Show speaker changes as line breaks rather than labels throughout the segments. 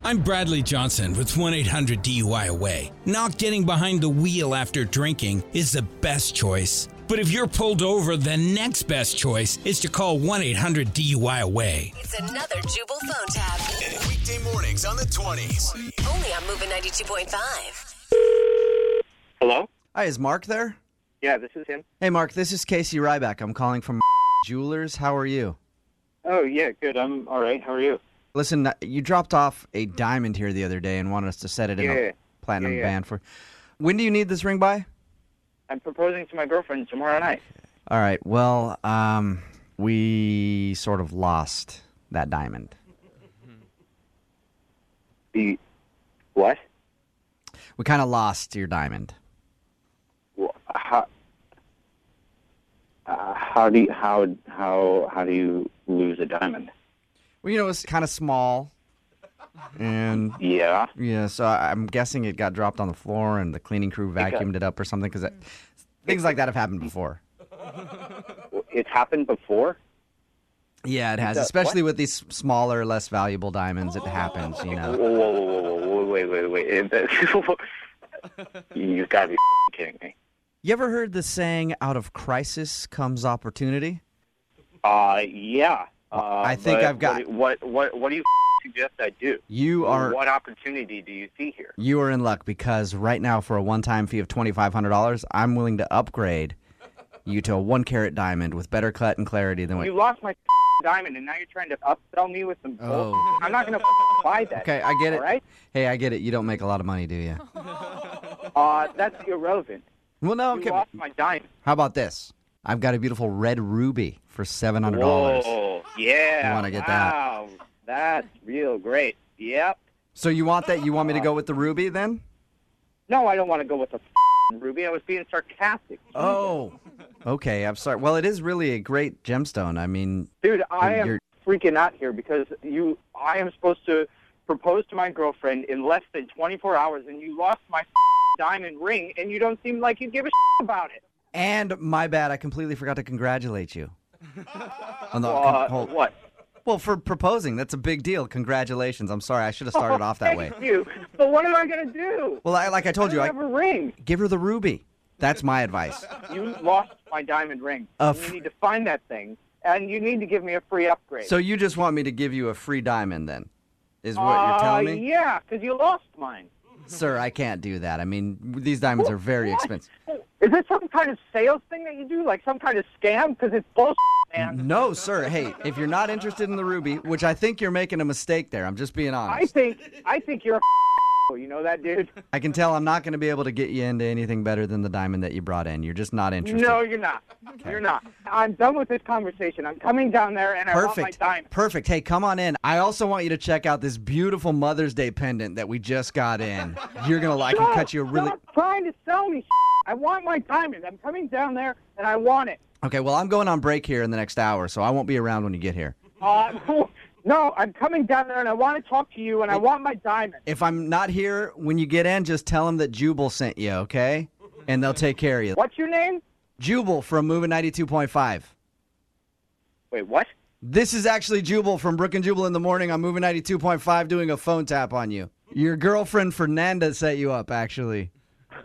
I'm Bradley Johnson with 1 800 DUI Away. Not getting behind the wheel after drinking is the best choice. But if you're pulled over, the next best choice is to call 1 800 DUI Away.
It's another Jubal phone tab.
Weekday mornings on the 20s.
Only on Moving 92.5.
Hello?
Hi, is Mark there?
Yeah, this is him.
Hey, Mark, this is Casey Ryback. I'm calling from Jewelers. How are you?
Oh, yeah, good. I'm all right. How are you?
Listen, uh, you dropped off a diamond here the other day and wanted us to set it in
Yeah.
a platinum
Yeah, yeah.
band for. When do you need this ring by?
I'm proposing to my girlfriend tomorrow night.
All right. Well, um, we sort of lost that diamond.
The what?
We kind of lost your diamond.
Wha- How? Uh, how do you, how how how do you lose a diamond?
Well, you know, it's kind of small, and
Yeah.
yeah, so I- I'm guessing it got dropped on the floor and the cleaning crew vacuumed it up or something because
Mm.
things like that have happened before.
It's happened before.
Yeah, it has,
does-
especially with these smaller, less valuable diamonds. It happens, you
Whoa,
know.
whoa, whoa, whoa, whoa, whoa, wait, wait, wait. It- that- You've got to be kidding me.
You ever heard the saying, "Out of crisis comes opportunity"?
Uh, yeah. Uh,
I think
but
I've got-
What, what what what do you suggest I do?
You are
What opportunity do you see here?
you are in luck because right now, for a one-time fee of twenty-five hundred dollars, I'm willing to upgrade you to a one-carat diamond with better cut and clarity than
You
what.
lost my diamond, and now you're trying to upsell me with some.
Oh.
bull- I'm not gonna buy that.
Okay, I get it.
All right.
Hey, I get it. You don't make a lot of money, do you?
Uh, that's irrelevant.
Well, no.
You
Okay.
lost my diamond.
How about this? I've got a beautiful red ruby for seven hundred dollars.
Whoa. Yeah.
You wanna get that.
wow. That's real great. Yep.
So you want that? You want me to go with the ruby then?
No, I don't want to go with the ruby. I was being sarcastic.
Oh. Okay, I'm sorry. Well, it is really a great gemstone. I mean,
Dude, I am
You're-
freaking out here because you. I am supposed to propose to my girlfriend in less than 24 hours, and you lost my diamond ring, and you don't seem like you give a about it.
and my bad, I completely forgot to congratulate you. On the
Uh,
whole-
what?
Well, for proposing, that's a big deal. Congratulations. I'm sorry. I should have started off that way.
Thank you. But what am I gonna do?
Well, I, like I told you,
I
I
don't have a ring.
give her the ruby. That's my advice.
You lost my diamond ring.
A
And
f-
you need to find that thing, and you need to give me a free upgrade.
So you just want me to give you a free diamond then? Is what you're telling
Uh,
me?
Yeah, because you lost mine.
Sir, I can't do that. I mean, these diamonds are very expensive.
Is this some kind of sales thing that you do, like some kind of scam? Because it's bullshit, man.
No, sir. Hey, if you're not interested in the ruby, which I think you're making a mistake there, I'm just being honest.
I think I think you're a you know that dude.
I can tell I'm not going to be able to get you into anything better than the diamond that you brought in. You're just not interested.
No, you're not. You're not. I'm done with this conversation. I'm coming down there, and I want
Perfect.
my diamond.
Perfect. Hey, come on in. I also want you to check out this beautiful Mother's Day pendant that we just got in. You're going to like and
Stop,
cut you a really
Stop trying to sell me. I want my diamond. I'm coming down there, and I want it.
Okay, well, I'm going on break here in the next hour, so I won't be around when you get here.
Uh, no, I'm coming down there, and I want to talk to you, and I want my diamond.
If I'm not here when you get in, just tell them that Jubal sent you, okay? And they'll take care of you.
What's your name?
Jubal from Moving 92.5.
Wait, what?
This is actually Jubal from Brook and Jubal in the morning on Moving 92.5 doing a phone tap on you. Your girlfriend Fernanda set you up, actually.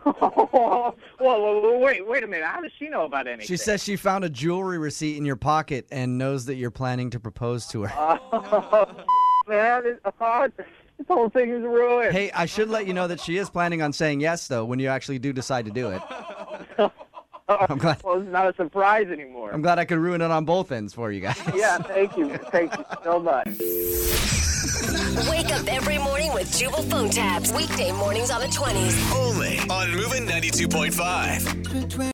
well, well, wait, wait a minute. How does she know about anything?
She says she found a jewelry receipt in your pocket and knows that you're planning to propose to her.
"Man, this, oh, this whole thing is ruined."
hey, I should let you know that she is planning on saying yes, though, when you actually do decide to do it. I'm glad,
Well, it's not a surprise anymore.
I'm glad I could ruin it on both ends for you guys.
yeah, thank you, thank you so much.
Wake up every morning with Jubal phone tabs. Weekday mornings on the 20s.
Only on Moving 92.5.